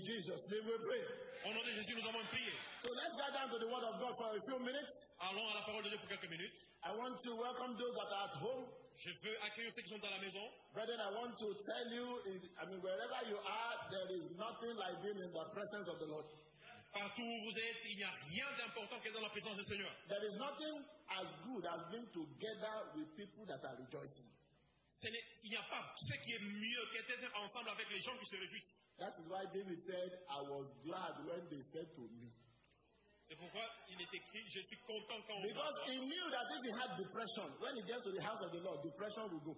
Jesus' name we pray. Au nom de Jésus, nous avons prié. So let's get down to the Word of God for a few minutes. Allons à la parole de Dieu pour quelques minutes. I want to welcome those that are at home. Je veux accueillir ceux qui sont à la maison. Brethren, I want to tell you, is- I mean, wherever you are, there is nothing like being in the presence of the Lord. Partout où vous êtes, il n'y a rien d'important que dans la présence du Seigneur. There is nothing as good as being together with people that are rejoicing. Ce n'est- il n'y a pas ce qui est mieux qu'être ensemble avec les gens qui se réjouissent. That is why David said, I was glad when they said to me. C'est pourquoi il est écrit Je suis content quand on Because m'entend. he knew that if he had depression, when he gets to the house of the Lord, depression will go.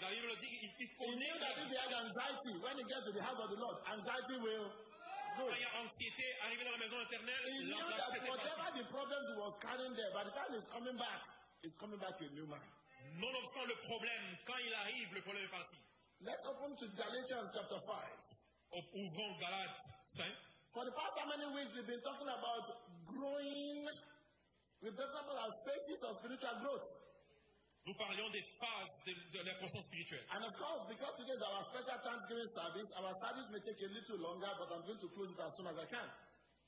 La Bible dit qu'il il He knew connaît that if he had anxiety, when he gets to the house of the Lord, anxiety will go. quand il y a anxiété, arrivé dans la maison éternelle, He knew that l'angoisse était whatever partie. the problems he was carrying there, by the time he's coming back, he's coming back a new man. Nonobstant le problème, quand il arrive, le problème est parti. Let's open to Galatians chapter 5. Au- Ouvrons Galates 5. For the past how many weeks we've been talking about growing. We've been talking about phases of spiritual growth. Nous parlions des phases de, de la croissance spirituelle. And of course, because today is our special Thanksgiving service, our service may take a little longer, but I'm going to close it as soon as I can.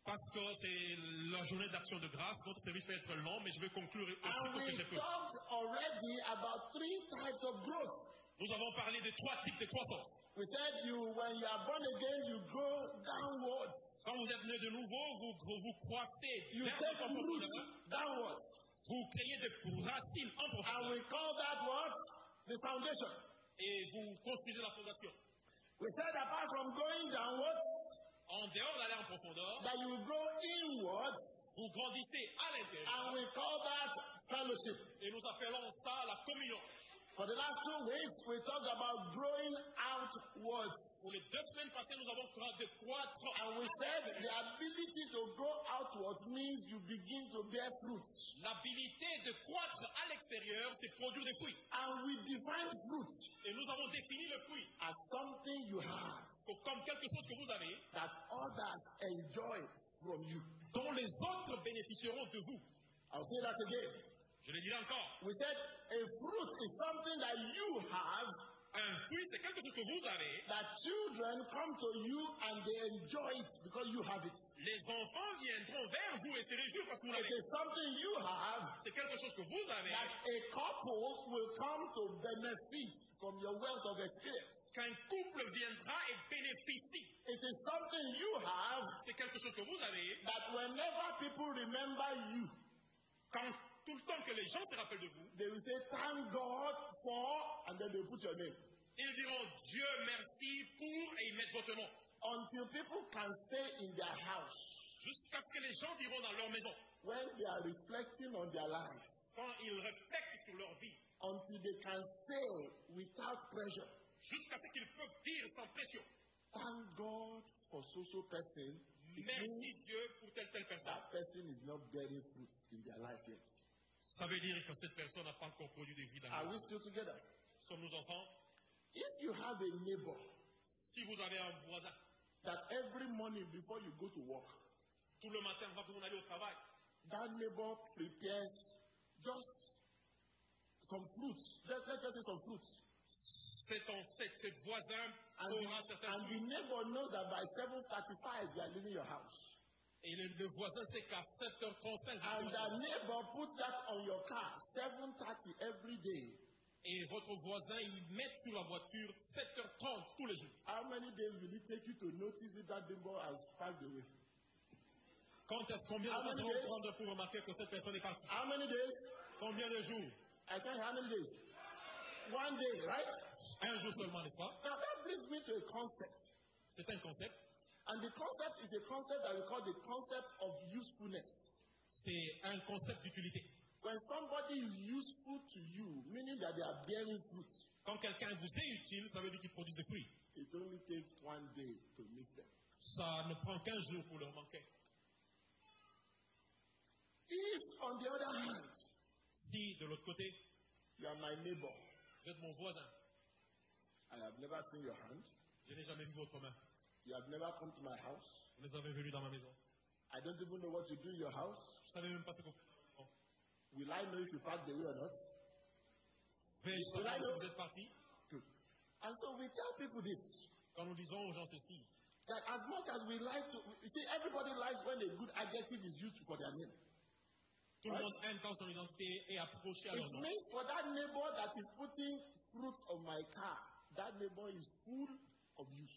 Parce que c'est la journée d'action de grâce. Notre service peut être long, mais je vais conclure aussi And tôt que je we've peux. talked already about three types of growth. Nous avons parlé de trois types de croissance. We said you, when you are born again, you grow downwards. Quand vous êtes né de nouveau, vous, vous, vous croissez You vers take le root profondeur. downwards. Vous créez des racines en And profondeur we call that what? The foundation. et vous construisez la fondation. We said apart from going downwards, En dehors d'aller en profondeur, that you grow inwards, vous grandissez à l'intérieur. and we call that fellowship. Et nous appelons ça la communion. For the last two weeks, we talked about growing outwards. Pour les deux semaines passées, nous avons cro- de croître. And we said the ability to grow outwards means you begin to bear fruit. L'habilité de croître à l'extérieur, c'est produire des fruits. And we define fruit Et nous avons défini le fruit as something you have co- comme quelque chose que vous avez, that others enjoy from you. dont les autres bénéficieront de vous. I'll say that again. Je le dirai encore. We said a fruit is something that you have Un fruit, c'est quelque chose que vous avez. that children come to you and they enjoy it because you have it. Les enfants viendront vers vous et se réjouissent parce que vous It l'avez. is something you have C'est quelque chose que vous avez. that a couple will come to benefit from your wealth of experience. Qu'un couple viendra et bénéficie. It is something you have C'est quelque chose que vous avez. that whenever people remember you, Quand tout le temps que les gens se rappellent de vous, they will say, Thank God for, and then they put your name. ils diront Dieu merci pour et ils mettent votre nom. Until people can stay in their house Jusqu'à ce que les gens diront dans leur maison, when they are reflecting on their life, quand ils réfléchissent sur leur vie, until they can say without pressure, jusqu'à ce qu'ils peuvent dire sans pression Thank God for social person. It Merci means Dieu pour telle telle personne. that person is not bearing fruit in their life yet. Ça veut dire que cette personne n'a pas encore produit de vie dans Are nous. we still together? Sommes-nous ensemble If you have a neighbor Si vous avez un voisin, that every morning before you go to work, tout le matin, avant que vous n'allez au travail, that neighbor prepares just some fruits, let, let's just say some fruits, cet, en- cet- cet voisin and, the, aura certains and the fruits. neighbor knows that by 7.35 you are leaving your house, Et le, le voisin sait qu'à 7h35, vous and devez- that neighbor puts that on your car, 7.30 every day, et votre voisin, il met sur la voiture 7h30 tous les jours. how many days will it take you to notice if that neighbor has passed away? Quand est-ce combien Ah, de temps mais- doit prendre pour remarquer que cette personne est partie How many days? Combien de jours I can't how many days. One day, right? Un jour seulement, n'est-ce pas Now that brings me to a concept. C'est un concept. And the concept is a concept that we call the concept of usefulness. C'est un concept d'utilité. When somebody is useful to you, meaning that they are bearing fruit, Quand quelqu'un vous est utile, ça veut dire qu'il produit des fruits. it only takes one day to meet them. Ça ne prend qu'un jour pour le remarquer. If, on the other hand, Si, de l'autre côté, you are my neighbor, vous êtes mon voisin, I have never seen your hand, je n'ai jamais vu votre main. you have never come to my house, Vous les avez venus dans ma maison. I don't even know what you do in your house, Je ne savais même pas ce que vous faites. will I know if you passed away or not? Vais-je savoir que vous êtes parti And so we tell people this quand nous disons aux gens ceci That as much as we like to, you see, everybody likes when a good adjective is used for their name. Tout le monde aime quand son identité est approchée à It leur nom. means for that neighbor that is putting fruit on my car, that neighbor is full of use.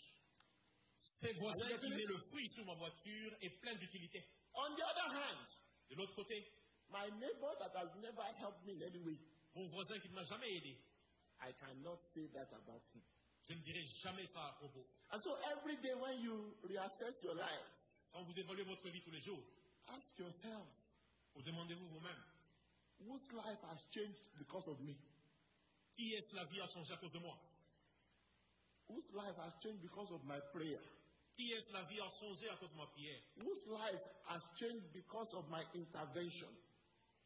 Ses voisins qui met le fruit sur ma voiture est plein d'utilité. On the other hand, De l'autre côté, my neighbor that has never helped me in any way, mon voisin qui ne m'a jamais aidé, I cannot say that about him. je ne dirai jamais ça à propos. And so every day when you reassess your life, Quand vous évaluez votre vie tous les jours, ask yourself, vous demandez-vous vous-même, whose life has changed because of me? qui est-ce la vie a changé à cause de moi Whose life has changed because of my prayer? Qui est-ce la vie a changé à cause de ma prière Whose life has changed because of my intervention?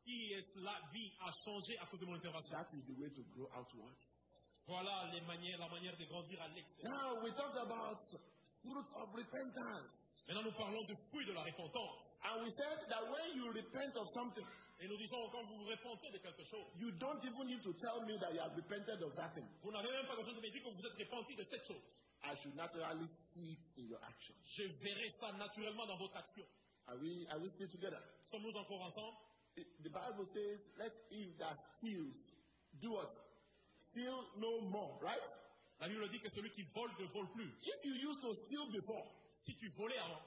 Qui est-ce la vie a changé à cause de mon intervention That is the way to grow outwards. Voilà les manières, la manière de grandir à l'extérieur. Now we talked about fruit of repentance. Maintenant, nous parlons du fruit de la repentance. And we said that when you repent of something, Et nous disons, quand vous vous repentez de quelque chose, you don't even need to tell me that you have repented of that thing. vous n'avez même pas besoin de me dire que vous êtes repenti de cette chose. I should naturally see it in your action. Je verrai ça naturellement dans votre action. Are we, are we still together? Sommes-nous encore ensemble It- the Bible says, let him that steals do what? Steal no more, right? La Bible dit que celui qui vole ne vole plus. If you used to steal before, Si tu volais avant,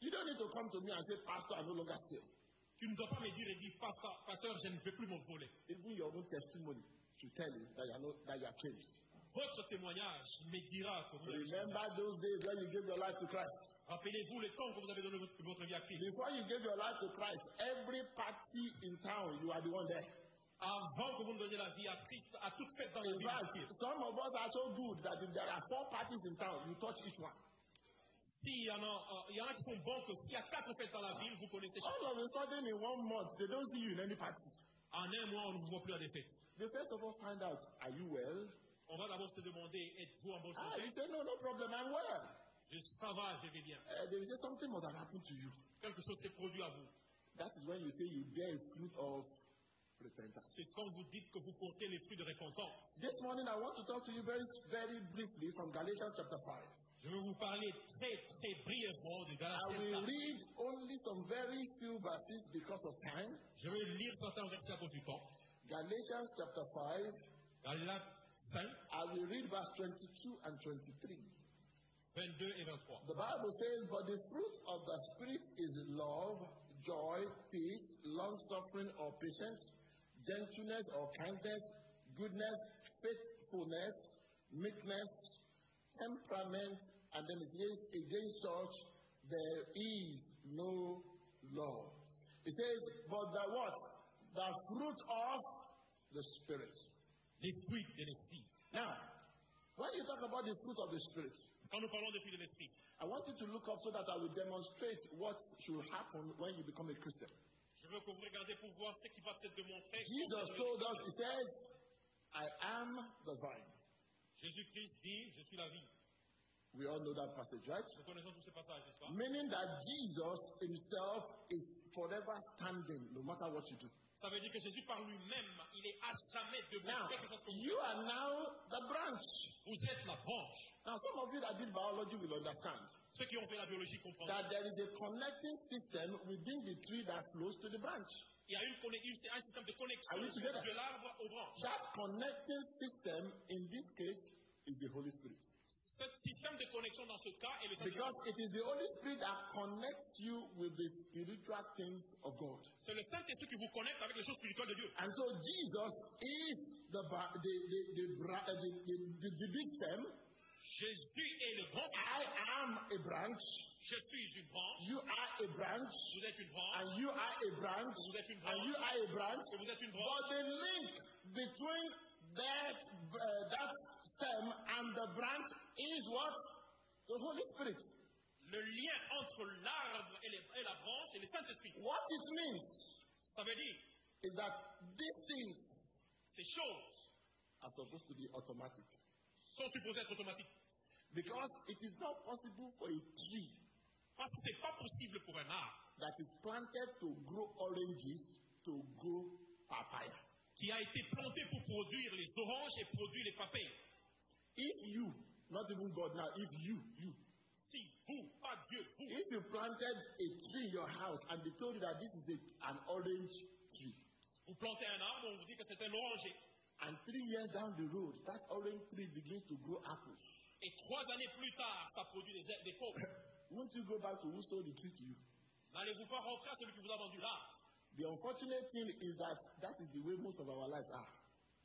you don't need to come to me and say, Pastor, I no longer steal. tu ne dois pas me dire et dire, pasteur, pasteur, je ne veux plus me voler. Even your own testimony should tell you that you are, not, that you are changed. Votre témoignage me dira que vous avez changé. Remember those days when you gave your life to Christ. Rappelez-vous le temps que vous avez donné votre, votre vie à Christ. Before you gave your life to Christ, every party in town, you are the one there. Avant que vous ne donniez la vie à Christ, à toute fête dans la In vie fact, some of us are so good that if there are four parties in town, you touch each one. S'il y, en a, euh, il y en a qui sont bons, que s'il y a quatre fêtes dans la ville, vous connaissez chacun. All of a sudden, in one month, they don't see you in any party. En un mois, on ne vous voit plus à des fêtes. They first of all find out, are you well? On va d'abord se demander, êtes-vous en bonne Ah, you santé say, no, no problem, I'm well. Je ça va, je vais bien. Uh, they will say, something must have happened to you. Quelque chose s'est produit à vous. That is when you say you bear a fruit of repentance. C'est quand vous dites que vous portez les fruits de repentance. This morning, I want to talk to you very, very briefly from Galatians chapter 5. Je vais vous parler très, très brièvement de I Galatiens will 4. read only some very few verses because of time. Je vais lire certains versets à cause du temps. Galatians chapter 5, Galates 5, I will read verse 22 and 23. 22 et 23. The Bible says, But the fruit of the Spirit is love, joy, peace, long suffering or patience, gentleness or kindness, goodness, faithfulness, meekness, temperament, and then it says, Against such there is no law. It says, But the what? The fruit of the Spirit. Les fruits de l'esprit. Now, when you talk about the fruit of the Spirit, Quand nous parlons des fruits de l'esprit, I want you to look up so that I will demonstrate what should happen when you become a Christian. je veux que vous regardiez pour voir ce qui va se démontrer. Jesus told us, He said, I am the vine. Jésus-Christ dit, je suis la vie. We all know that passage, right? Nous connaissons tous ces passages, n'est-ce pas Meaning that Jesus Himself is forever standing no matter what you do. Ça veut dire que Jésus par lui-même, il est à jamais debout. Now, Quelque chose comme- you are now the branch. Vous êtes la branche. Now, some of you that did biology will understand Ceux qui ont fait la biologie comprennent. that there is a connecting system within the tree that flows to the branch. Il y a une conne- une- c'est un système de connexion Are we together? de l'arbre aux branches. That connecting system, in this case, is the Holy Spirit. Ce système de connexion dans ce cas est le Saint-Esprit. Because it is the Holy Spirit that connects you with the spiritual things of God. C'est le Saint-Esprit qui vous connecte avec les choses spirituelles de Dieu. And so Jesus is the, ba- the, the, the, bra- uh, the, the, the, the big stem. Jésus est le grand. I am a branch. Je suis une branche. You are a branch. Vous êtes une And branche. you are a branch. Vous êtes une And you branche. are a branch. Et vous êtes une branche. But the link between that, uh, that stem and the branch is what? The Holy Spirit. Le lien entre l'arbre et, les- et la branche et le Saint-Esprit. What it means Ça veut dire, is that these things ces choses are supposed to be automatic. sont supposées être automatiques. Because it is not possible for a tree Parce que c'est pas possible pour un arbre. that is planted to grow oranges to grow papaya. qui a été planté pour produire les oranges et produire les papayes. If you, not even God now, if you, you Si Vous, pas Dieu, vous. If you planted a tree in your house and they told you that this is a, an orange tree, Vous plantez un arbre, on vous dit que c'est un oranger. and three years down the road, that orange tree begins to grow apples, Et trois années plus tard, ça produit des, des pommes. won't you go back to who sold the tree to you? N'allez-vous pas rentrer à celui qui vous a vendu l'arbre The unfortunate thing is that that is the way most of our lives are.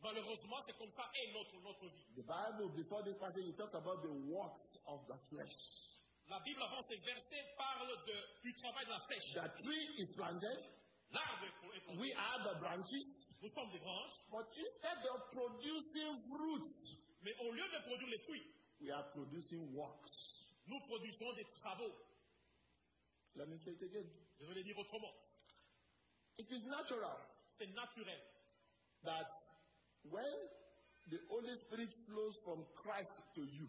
Malheureusement, c'est comme ça est notre, notre vie. The Bible, before this passage, it talks about the works of the flesh. La Bible, avant ces versets, parle de- du travail de la pêche. The tree is planted, L'arbre est pro- est planté. we are the branches, Nous sommes des branches, but instead of producing fruit, mais au lieu de produire les fruits, we are producing works. nous produisons des travaux. Let me say it again. Je vais le dire autrement. It is natural C'est naturel. that when the Holy Spirit flows from Christ to you,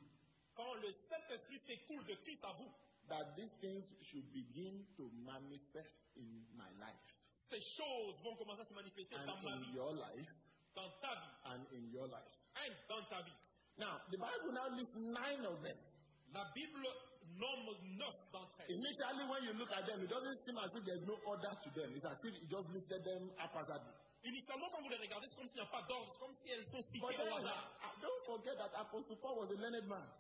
Quand le Saint-Esprit s'écoule de Christ à vous, that these things should begin to manifest in my life ces choses vont commencer à se manifester and dans ma in vie, your life dans ta vie, and in your life. hein, dans ta vie. Now, the Bible now lists nine of them. La Bible nomme neuf d'entre elles. Initially, when you look at them, it doesn't seem as if there's no order to them. It's as if it just listed them haphazardly. Initialement, quand vous les regardez, c'est comme s'il n'y a pas d'ordre, c'est comme si elles sont But citées then, au hasard. uh, don't forget that Apostle Paul was a learned man.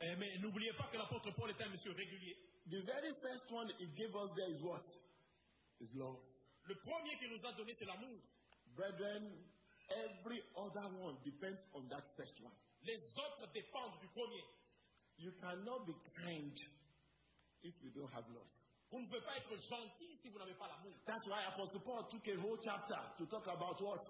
Eh, mais n'oubliez pas que l'apôtre Paul était un monsieur régulier. The very first one he gave us there is what? Is love. Le premier qu'il nous a donné, c'est l'amour. Brethren, every other one depends on that first one. Les autres dépendent du premier. You cannot be kind if you don't have love. Vous ne pouvez pas être gentil si vous n'avez pas l'amour. That's why Apostle Paul took a whole chapter to talk about what?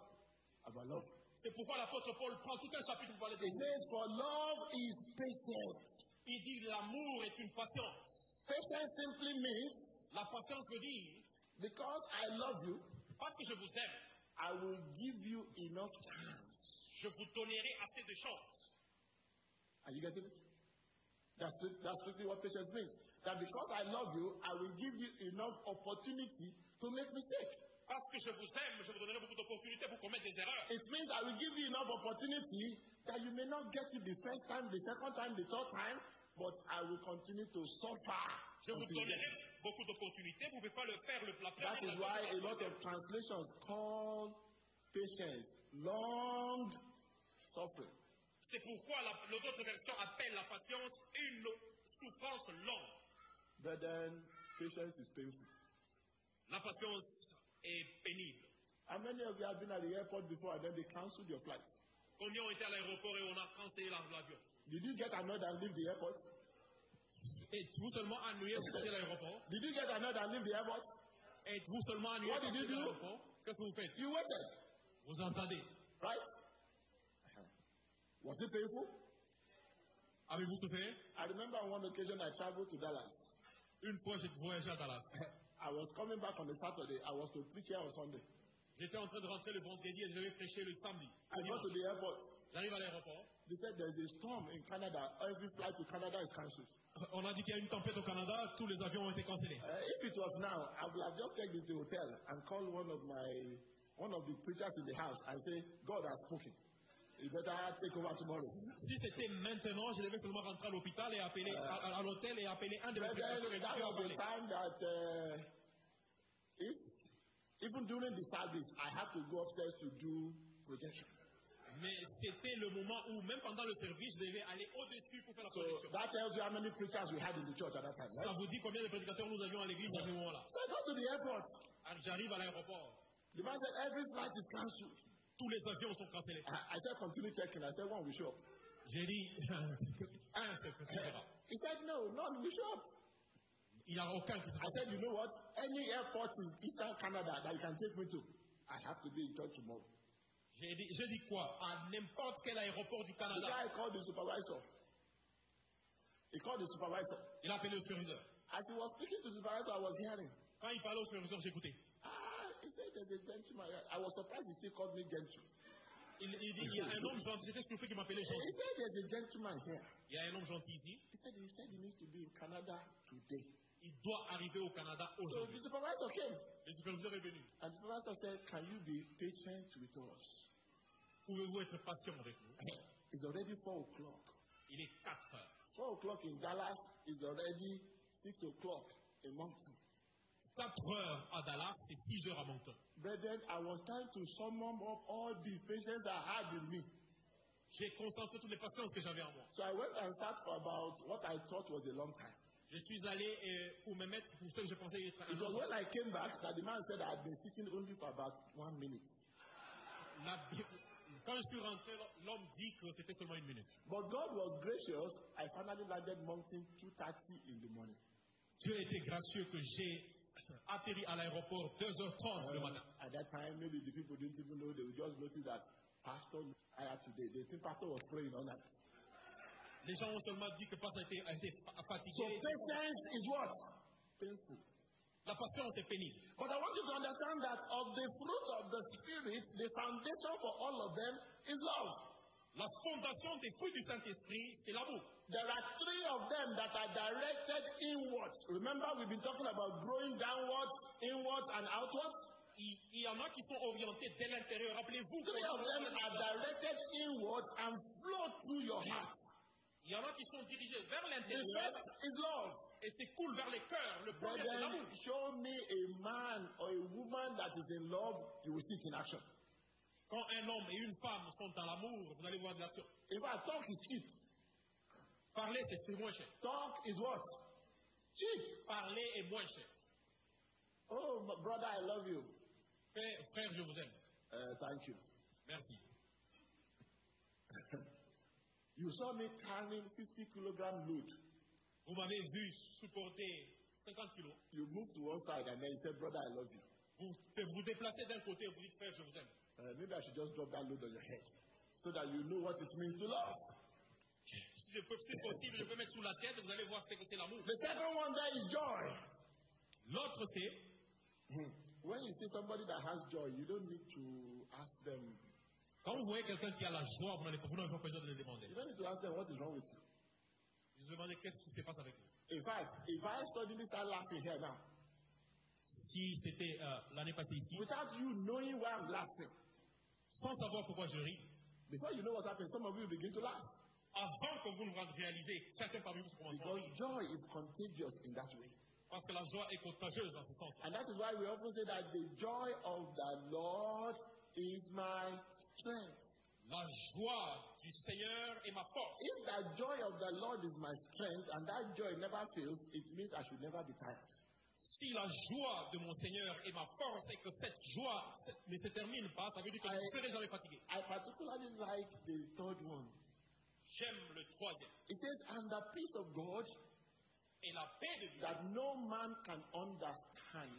About love. C'est pourquoi l'apôtre Paul prend tout un chapitre pour parler de It says, For love is patient. Il dit l'amour est une patience. Patience simply means La patience veut dire, because I love you, parce que je vous aime, I will give you enough chance. je vous donnerai assez de chance. Are you getting it? That's, it- that's strictly what patience means. That because I love you, I will give you enough opportunity to make mistake. Parce que je vous aime, je vous donnerai beaucoup d'opportunités pour commettre des erreurs. It means I will give you enough opportunity that you may not get it the first time, the second time, the third time, but I will continue to suffer. Je vous until you get donnerai it. beaucoup d'opportunités. Vous ne pouvez pas le faire, le plat That is why a lot of translations call patience long suffering. C'est pourquoi la- l'autre version appelle la patience une souffrance longue. But then patience is painful. La patience est pénible. How many of you have been at the airport before and then they cancelled your flight? Combien ont été à l'aéroport et on a cancellé la- l'avion Did you get annoyed and leave the airport? Êtes-vous seulement annulé vous quittez l'aéroport Did you get annoyed and leave the airport? Êtes-vous seulement annulé What did vous you quittez do? l'aéroport Qu'est-ce que vous faites You waited, Vous entendez right? Was it painful? Avez-vous souffert I remember on one occasion I traveled to Dallas. Une fois, j'ai voyagé à Dallas. I was coming back on a Saturday. I was to preach here on Sunday. J'étais en train de rentrer le vendredi et je devais prêcher le samedi. I got to the airport. J'arrive à l'aéroport. They said there's a storm in Canada. Every flight to Canada is cancelled. On a dit qu'il y a une tempête au Canada, tous les avions ont été cancellés. Uh, if it was now, I would have just checked into the hotel and called one of my one of the preachers in the house and say, God has spoken. You better take over tomorrow. Si c'était maintenant, je devais seulement rentrer à l'hôpital et appeler à, à- à l'hôtel et appeler un de mes But then prédicateurs et that lui en was the parler. time that uh, if, even during the service, I had to go upstairs to do projection. Mais c'était le moment où, même pendant le service, je devais aller au-dessus pour faire la So projection. that tells you how many preachers we had in the church at that time. Ça Right? vous dit combien de prédicateurs nous avions à l'église à ce moment-là So I got to the airport. Alors, J'arrive à l'aéroport. The man said every flight is cancelled. Tous les avions sont cancellés. I, I said continue checking. I said one will show up. J'ai dit, un, c'est c'est pas grave. He said no, none will show up. Il n'y a aucun qui se I said, you know what? Any airport in eastern Canada that you can take me to, I have to be in church tomorrow. J'ai dit, j'ai dit quoi À n'importe quel aéroport du The Canada. guy called the supervisor. He called the supervisor. Il a appelé le superviseur. As he was speaking to the supervisor, I was hearing. Quand il parlait au superviseur, j'écoutais. Ah, he said there's a gentleman. here." I was surprised he still called me gentleman. Il, il dit, il y a un homme gentil. J'étais surpris qu'il m'appelait He gentil. said there's a gentleman here. Il y a un homme gentil ici. He said he said he needs to be in Canada today. Il doit arriver au Canada So aujourd'hui. the supervisor came. Le superviseur est venu. And the supervisor said, Can you be patient with us? Pouvez-vous être patient avec nous It's already four o'clock. Il est 4 heures. Four o'clock in Dallas is already six o'clock in Moncton. 4 heures à Dallas, c'est 6 heures à Moncton. Brethren, I was trying to sum up all the patients I had in me. J'ai concentré toutes les patiences que j'avais en moi. So I went and sat for about what I thought was a long time. Je suis allé euh, pour me mettre pour ce que je pensais être un It was jour. when I came back that the man said I had been sitting only for about one minute. La- Quand je suis rentré, l'homme dit que c'était seulement une minute. But God was gracious. I finally landed Moncton 2.30 in the morning. Dieu a été gracieux que j'ai atterri à l'aéroport 2h30 le matin. At that time, maybe the people didn't even know. They would just notice that Pastor was tired today. They think Pastor was praying all night. Les gens ont seulement dit que Pasteur était, a été fa- So fatigué. patience is what? Painful. La patience est pénible. But I want you to understand that of the fruit of the Spirit, the foundation for all of them is love. La fondation des fruits du Saint-Esprit, c'est l'amour. There are three of them that are directed inwards. Remember, we've been talking about growing downwards, inwards, and outwards. Il, il y en a qui sont orientés dès l'intérieur. Rappelez-vous que- Three of them are directed inwards and flow through your heart. il y en a qui sont dirigés vers The l'intérieur first is love. et s'écoulent vers les cœurs. Le premier, c'est Brethren, l'amour. show me a man or a woman that is in love, you will see it in action. Quand un homme et une femme sont dans l'amour, vous allez voir de l'action. If I talk is cheap, Parler, c'est c'est moins cher. talk is what? Cheap. Parler est moins cher. Oh, my brother, I love you. Frère, frère, je vous aime. Uh, thank you. Merci. You saw me carrying 50 kilogram load. Vous m'avez vu supporter 50 kilos. You moved to one side and then you said, brother, I love you. Vous vous déplacez d'un côté et vous dites, frère, je vous aime. Uh, maybe I should just drop that load on your head so that you know what it means to love. Si je peux- si possible, je peux mettre sous la tête, vous allez voir ce que c'est l'amour. The second one there is joy. Hmm. L'autre, c'est When you see somebody that has joy, you don't need to ask them. quand vous voyez quelqu'un qui a la joie, vous n'avez pas vous n'avez pas besoin de le demander. You don't need to ask them what is wrong with you. Je vous demandez qu'est-ce qui se passe avec vous. In fact, if I suddenly start laughing here now, Si c'était euh, l'année passée ici, without you knowing why I'm laughing, sans savoir pourquoi je ris, before you know what happened, some of you begin to laugh. avant que vous ne vous réalisez, certains parmi vous commencent à Because rire. joy is contagious in that way. Parce que la joie est contagieuse dans ce sens-là. And that is why we often say that the joy of the Lord is my strength. La joie du Seigneur est ma force. If the joy of the Lord is my strength and that joy never fails, it means I should never be tired. Si la joie de mon Seigneur est ma force et que cette joie cette- ne se termine pas, ça veut dire que je Allez. ne serai jamais fatigué. I particularly like the third one. J'aime le troisième. It says, and the peace of God Et la paix de Dieu, that no man can understand.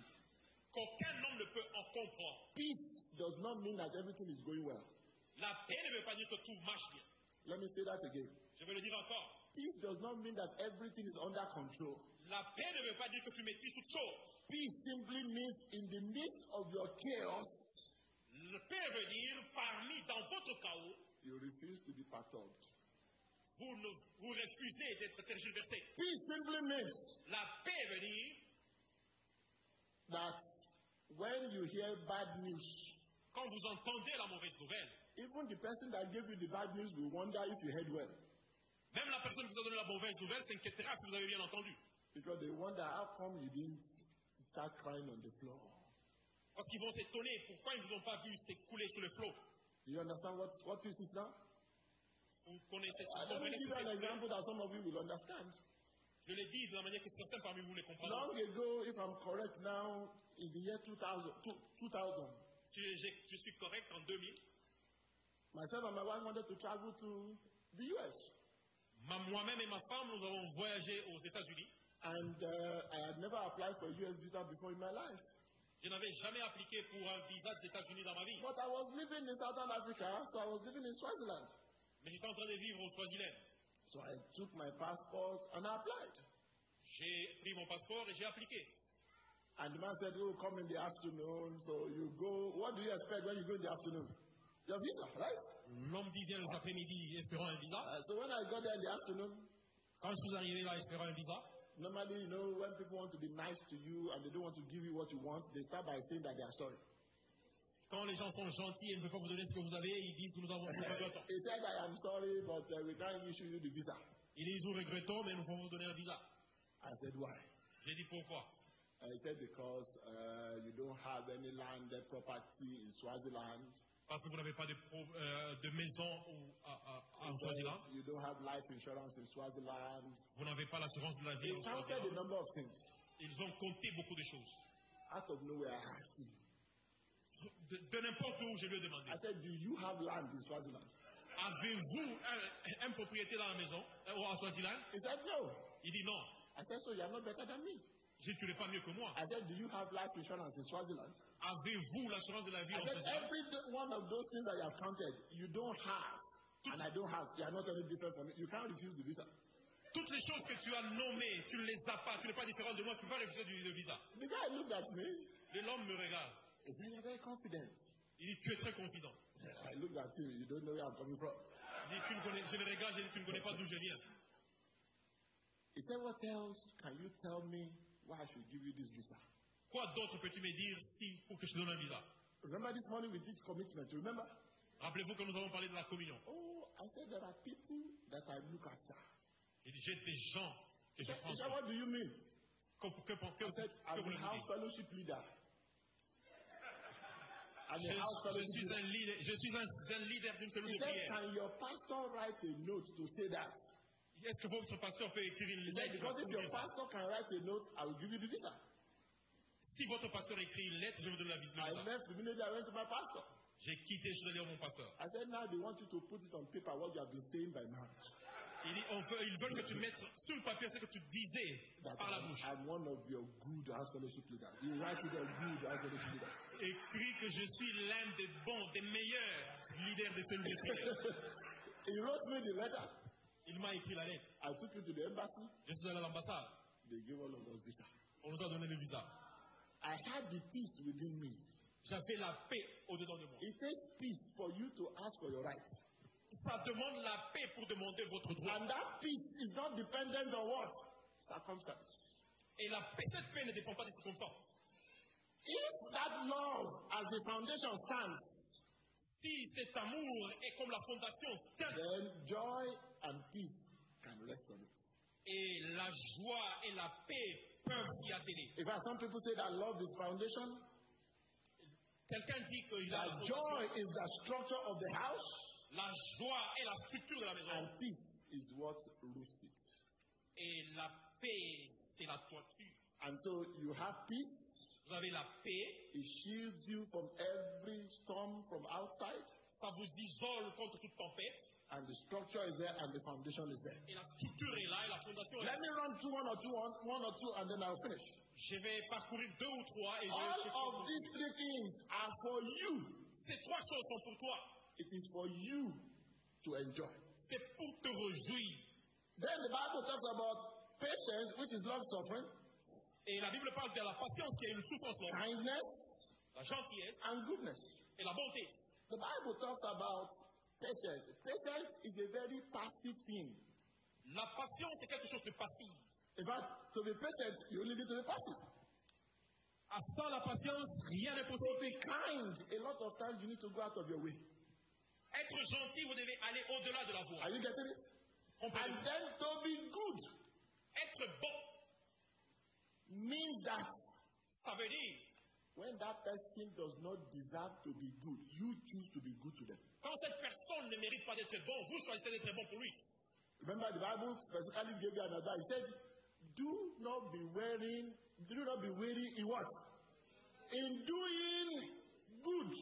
qu'aucun homme ne peut en comprendre. Peace does not mean that everything is going well. La paix ne veut pas dire que tout marche bien. Let me say that again. Je vais le dire encore. Peace does not mean that everything is under control. La paix ne veut pas dire que tu maîtrises toutes choses. Peace simply means in the midst of your chaos, La paix veut dire, parmi, dans votre chaos, you refuse to be perturbed. vous, ne- vous refusez d'être tergiversé. Peace simply means La paix veut dire, that when you hear bad news, quand vous entendez la mauvaise nouvelle, even the person that gave you the bad news will wonder if you heard well. même la personne qui vous a donné la mauvaise nouvelle s'inquiétera si vous avez bien entendu. Because they wonder how come you didn't start crying on the floor. Parce qu'ils vont s'étonner pourquoi ils ne vous ont pas vu s'écouler sous le flot. Do you understand what, what peace is now? Vous connaissez I ça. let vous me connaissez give you an cette nouvelle. example that some of you will understand. Je l'ai dit de la manière que certains parmi vous les comprendront. Long ago, if I'm correct now, in the year 2000, two- 2000 Si j'ai- j'ai- je suis correct en 2000. myself and my wife wanted to travel to the US. Ma- Moi-même et ma femme, nous avons voyagé aux États-Unis. And uh, I had never applied for a US visa before in my life. Je n'avais jamais appliqué pour un visa des États-Unis dans ma vie, But I was living in Southern Africa, so I was living in Swaziland. mais j'étais en train de vivre au Swaziland. So I took my passport and I applied. J'ai pris mon passeport et j'ai appliqué. And the man said, You will come in the afternoon, so you go. What do you expect when you go in the afternoon? Your visa, right? L'homme dit viens les après-midi espérant un visa. Uh, so when I got there in the afternoon, Quand je suis arrivé là espérant un visa, normally, you know, when people want to be nice to you and they don't want to give you what you want, they start by saying that they are sorry. quand les gens sont gentils et ne veulent pas vous donner ce que vous avez, ils disent nous avons nous n'avons pas eu le temps. He said, I am sorry, but uh, we can't issue you the visa. Il dit, nous regrettons, mais nous voulons vous donner un visa. I said, why? J'ai dit, pourquoi I said, because uh, you don't have any landed property in Swaziland. Parce que vous n'avez pas de, pro- euh, de maison ou, à- à- en So Ah, Swaziland. You don't have life insurance in Swaziland. Vous n'avez pas l'assurance de la vie They en counted a Swaziland. number of things. Ils ont compté beaucoup de choses. Out of nowhere, I asked him, De, de n'importe où, je lui ai demandé. I said, do you have land in Swaziland? Avez-vous un, un propriété dans la maison, euh, en Swaziland He said, no. Il dit non. I said, so you're not better than me. Je ne pas mieux que moi. I said, do you have life insurance in Swaziland? Avez-vous l'assurance de la vie I en said, Swaziland every d- one of those things that you have counted, you don't have. And I don't have. You are not any different from me. You can't refuse the visa. Toutes les choses que tu as nommées, tu ne les as pas. Tu n'es pas différent de moi. Tu ne peux pas refuser du- le visa. The guy looked at me. Le- L'homme me regarde. He said, you're very confident. Il dit, tu es très confident. I looked at him. You don't know where I'm coming from. Il dit, tu ne connais, je le regarde, je dis, tu ne connais pas d'où je viens. He said, What else can you tell me why I should give you this visa? Quoi d'autre peux-tu me dire si pour que je te donne un visa Remember this morning we did commitment. Remember? Rappelez-vous que nous avons parlé de la communion. Oh, I said there are people that I look after. Il dit, j'ai des gens que He je said, prends he said, soin. What do you mean? Que, que, que, que, I said, que I'm a voulez-vous house dire fellowship leader. I'm je, a house fellowship je suis leader. un leader, je suis un, un leader d'une cellule He de said, prière. Can your pastor write a note to say that? Est-ce que votre pasteur peut écrire He une said, lettre Because if pour your dire ça pastor can write a note, I will give you the visa. Si votre pasteur écrit une lettre, je vous donne la visite. I left immediately. I went to my pastor. J'ai quitté, je suis allé à mon pasteur. I said, Now they want you to put it on paper what you have been saying by now. Il dit, on veut- ils veulent que tu mettes sur le papier ce que tu disais that par la I'm- bouche. I'm one of your good house fellowship leaders. You write it down, good house fellowship leader. Écris que je suis l'un des bons, des meilleurs leaders de cellules de prière. He wrote me the letter. Il m'a écrit la lettre. I took it to the embassy. Je suis allé à l'ambassade. They gave all of us visa. On nous a donné le visa. I had the peace within me. J'avais la paix au-dedans de moi. It takes peace for you to ask for your rights. Ça demande la paix pour demander votre droit. And that peace is not dependent on what? Circumstance. Et la paix, cette paix ne dépend pas des circonstances. If that love as the foundation stands, Si cet amour est comme la fondation, tiens, then joy and peace can rest on it. et la joie et la paix peuvent s'y atteler. In fact, some people say that love is foundation, Quelqu'un dit que la, that joy is the structure of the house, la joie est la structure de la And maison peace is what roots it. et la paix, c'est la toiture. And so you have peace. Vous avez la paix, It shields you from every storm from outside. ça vous isole contre toute tempête, And the structure is there and the foundation is there. et la structure est là, et la fondation est là. Let me run through one or two, one, one or two, and then I'll finish. Je vais parcourir deux ou trois, et je vais- All of these three things are for you. ces trois choses sont pour toi. It is for you to enjoy. C'est pour te réjouir. Then the Bible talks about patience, which is long suffering, Et la Bible parle de la patience qui est une souffrance longue, kindness, la gentillesse and goodness. et la bonté. The Bible talks about patience. Patience is a very passive thing. La patience est quelque chose de passif. In fact, to be patient, you only need to be passive. À sans la patience, rien n'est To possible. be kind, a lot of times you need to go out of your way. Être gentil, vous devez aller au-delà de la voie. Are you getting it? And Comprenez-vous then to be good Être bon, means that ça veut dire, when that person does not deserve to be good, you choose to be good to them. quand cette personne ne mérite pas d'être bon, vous choisissez d'être bon pour lui. Remember, the Bible specifically gave you an advice. It said, "Do not be wearing, do not be weary in what? In doing good.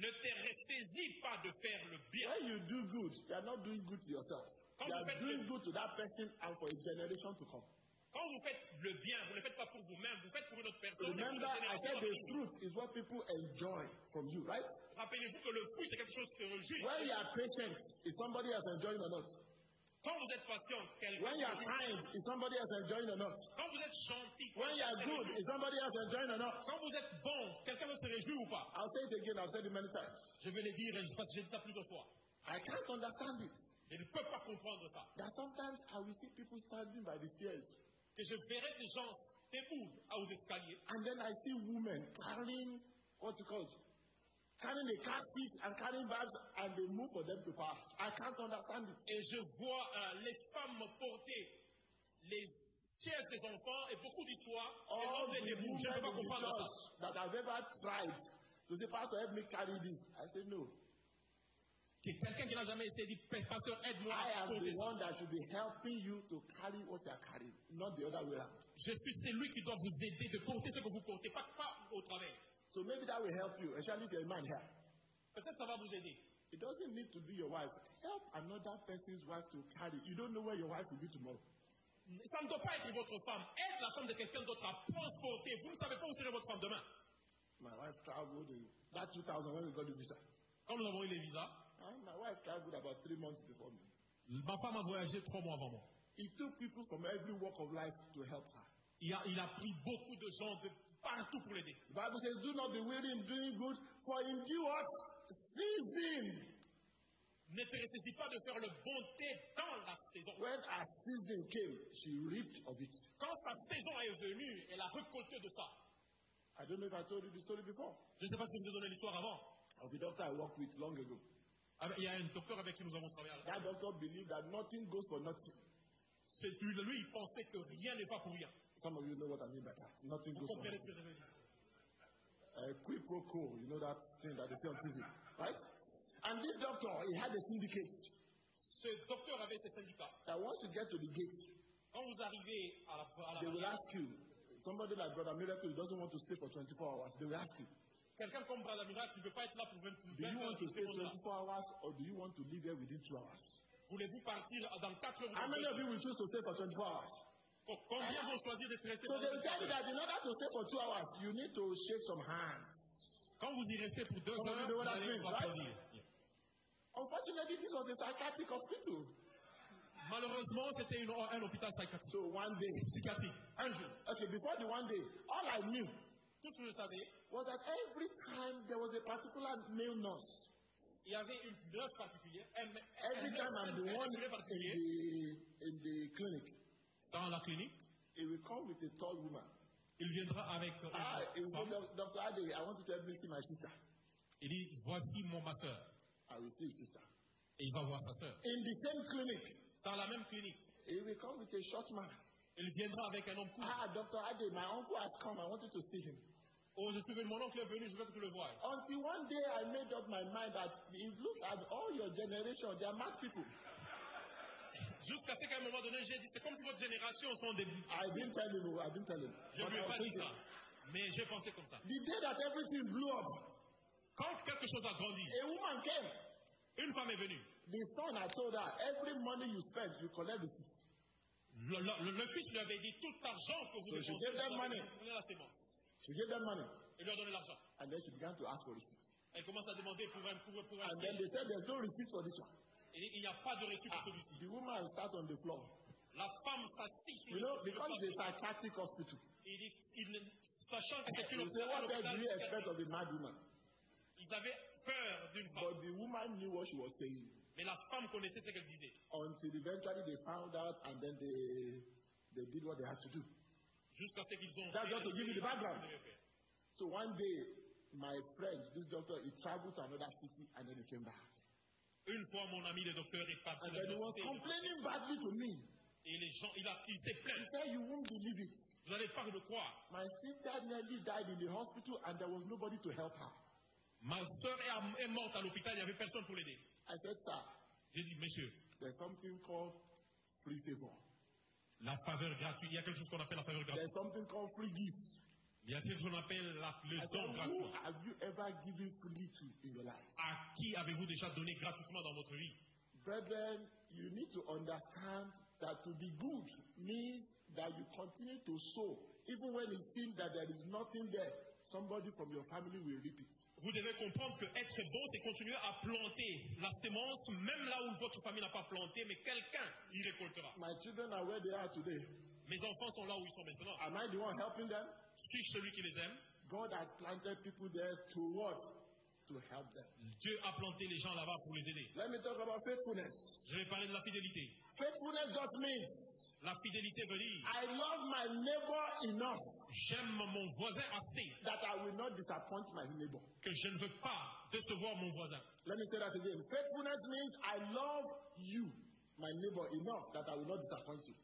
Ne te ressaisis pas de faire le bien. When you do good, you are not doing good to yourself. You are doing good to that person and for a generation to come." Quand vous faites le bien, vous ne le faites pas pour vous-même, vous faites pour une autre personne. et pour Remember, une I said génération the après vous. truth is what people enjoy from you, right? Rappelez-vous que le fruit, c'est quelque chose qui réjouit. When you are patient, is somebody else enjoying or not? Quand vous êtes patient, quelqu'un When you are kind, is somebody else enjoying or not? Quand vous êtes gentil, When you are quelqu'un se good, réjouit. is somebody else enjoying or not? quand vous êtes bon, quelqu'un d'autre se réjouit ou pas I'll say it again, I've said it many times. Je vais le dire parce que j'ai dit ça plusieurs fois. I can't understand it. Je ne peux pas comprendre ça. That sometimes I will see people standing by the stairs, Que je verrai des gens debout à aux escaliers and then I see women carrying what you call carrying a catfish and carrying bags, and they move for them to pass. I can't understand it. Et je vois euh, les femmes porter les chaises des enfants et beaucoup d'histoires. Et All rendre the des bouts. Je ne peux women pas in the comprendre ça. church that I've ever tried to say, Pastor, help me carry this. I say, no. Que quelqu'un qui n'a jamais essayé dit Pasteur, aide-moi I à am porter the ça. one that should be helping you to carry what you are carrying, not the other way around. Je suis celui qui doit vous aider de porter ce que vous portez, pas, pas au travers. So maybe that will help you, especially if you're a man here. Peut-être ça va vous aider. It doesn't need to be your wife. Help another person's wife to carry. You don't know where your wife will be tomorrow. Ça ne doit pas être votre femme. Aide la femme de quelqu'un d'autre à transporter. Vous ne savez pas où sera votre femme demain. My wife traveled in that 2000 when we got the visa. Quand nous avons eu les visas, And my wife traveled about three months before me. ma femme a voyagé trois mois avant moi. It took people from every walk of life to help her. Il a, il a pris beaucoup de gens de partout pour l'aider. The Bible says, Do not be weary in doing good, for in due what? Season. Ne te ressaisis pas de faire le bonté dans la saison. When her season came, she reaped of it. Quand sa saison est venue, elle a récolté de ça. I don't know if I told you the story before Je ne sais pas si je vous ai donné l'histoire avant. of the doctor I worked with long ago. Avec- Il y a un docteur avec qui nous avons travaillé. à la- That doctor believed that nothing goes for nothing. C'est- Lui, lui, il pensait que rien ne va pour rien. Some of you know what I mean by that. Nothing Vous goes for comprenez nothing. ce que je veux dire uh, quid pro quo, you know that thing that they say on TV, right? And this doctor, he had a syndicate Ce docteur avait ses syndicats. that once you get to the gate, Quand vous arrivez à la, à la they will barrière, ask you, somebody like Brother Miracle doesn't want to stay for 24 hours, they will ask you, quelqu'un comme Brad Amiral qui ne veut pas être là pour 20 do you 20 want heures, to tout stay le monde là. 24 hours or do you want to leave here within two hours? Voulez-vous partir dans 4 heures How ou many deux of you will choose to stay for 24 hours? Co- Combien vont choisir d'être restés So dans they will le tell you that in order to stay for two hours, you need to shake some hands. Quand vous y restez pour 2 Comment heures, vous devez vous la allez suivre, vous right? applaudir. Unfortunately, this was a psychiatric hospital. Malheureusement, c'était une- un hôpital psychiatrique. So one day, psychiatrique. Un jour, okay, before the one day, all I knew tout ce que je savais, was that every time there was a particular male nurse, il y avait une nurse particulière, un, un- every un- time un- I'm un the one in infirmier particulier the, in the clinic, dans la clinique. he will come with a tall woman. Il viendra avec euh, Ah, he une will say, femme. "Doc- Dr. Ade, I want you to help me see my sister. Il dit, voici mon ma soeur. I will see his sister. Et il va voir sa soeur. In the same clinic, Dans la même clinique, he will come with a short man. il viendra avec un homme court. Ah, Dr. Ade, my uncle has come. I want you to see him. Oh, je suis venu, mon oncle est venu, je veux que tu le voies. Until one day I made up my mind that it looks at all your generation, they are mad people. Jusqu'à ce qu'à un moment donné, j'ai dit, c'est comme si votre génération sont des... I didn't tell him, oh, I didn't tell him. Je But I ne lui ai was pas dit thinking, ça, mais j'ai pensé comme ça. The day that everything blew up, Quand quelque chose a grandi, a woman came. une femme est venue. The son had told her, every money you spend, you collect the seed. Le, le- le- le fils lui avait dit, tout l'argent que vous So she dépensez, gave them vous money. allez vous donner la sémence. She gave them money. Et leur donner l'argent. And then she began to ask for receipt. Elle commence à demander pour un pour, pour un And then signe. they said, there's no receipt for this one. Ah, Et il n'y a pas de reçu pour celui-ci. The woman sat on the floor. La femme s'assit sur You know, le because it's a plateau. psychiatric hospital. Il dit, il ne- sachant que c'est une You say, hôpital, what else do you hôpital, expect of a mad woman? ils avaient peur d'une femme. But the woman knew what she was saying Mais la femme connaissait ce qu'elle disait. until eventually they found out and then they, they did what they had to do. Jusqu'à ce qu'ils ont... That's just to give you the background. Ils devaient faire. So one day, my friend, this doctor, he traveled to another city and then he came back. Une fois, mon ami le docteur est parti And de then he was l'université complaining badly to me. et les gens, il, a- il s'est He plaint. said, you won't believe it. Vous n'allez pas le croire. My sister nearly died in the hospital and there was nobody to help her. Ma soeur est, à- est morte à l'hôpital, il n'y avait personne pour l'aider. I said, sir, J'ai dit, monsieur, there's something called free favor. la faveur gratuite, il y a quelque chose qu'on appelle la faveur gratuite. There's something called free gift. Il y a quelque chose qu'on appelle la- I le said, don who gratuit. have you ever given freely to in your life? À qui avez-vous déjà donné gratuitement dans votre vie Brethren, you need to understand that to be good means that you continue to sow. Even when it seems that there is nothing there, somebody from your family will reap it. Vous devez comprendre que être bon, c'est continuer à planter la sémence, même là où votre famille n'a pas planté, mais quelqu'un y récoltera. My children are where they are today. Mes enfants sont là où ils sont maintenant. Am I the one helping them? Suis-je celui qui les aime God has planted people there to what? to help them. Dieu a planté les gens là-bas pour les aider. Let me talk about faithfulness. Je vais parler de la fidélité. Faithfulness just means La fidélité veut dire I love my neighbor enough j'aime mon voisin assez that I will not disappoint my neighbor. que je ne veux pas décevoir mon voisin. Let me say that again. Faithfulness means I love you, my neighbor, enough that I will not disappoint you.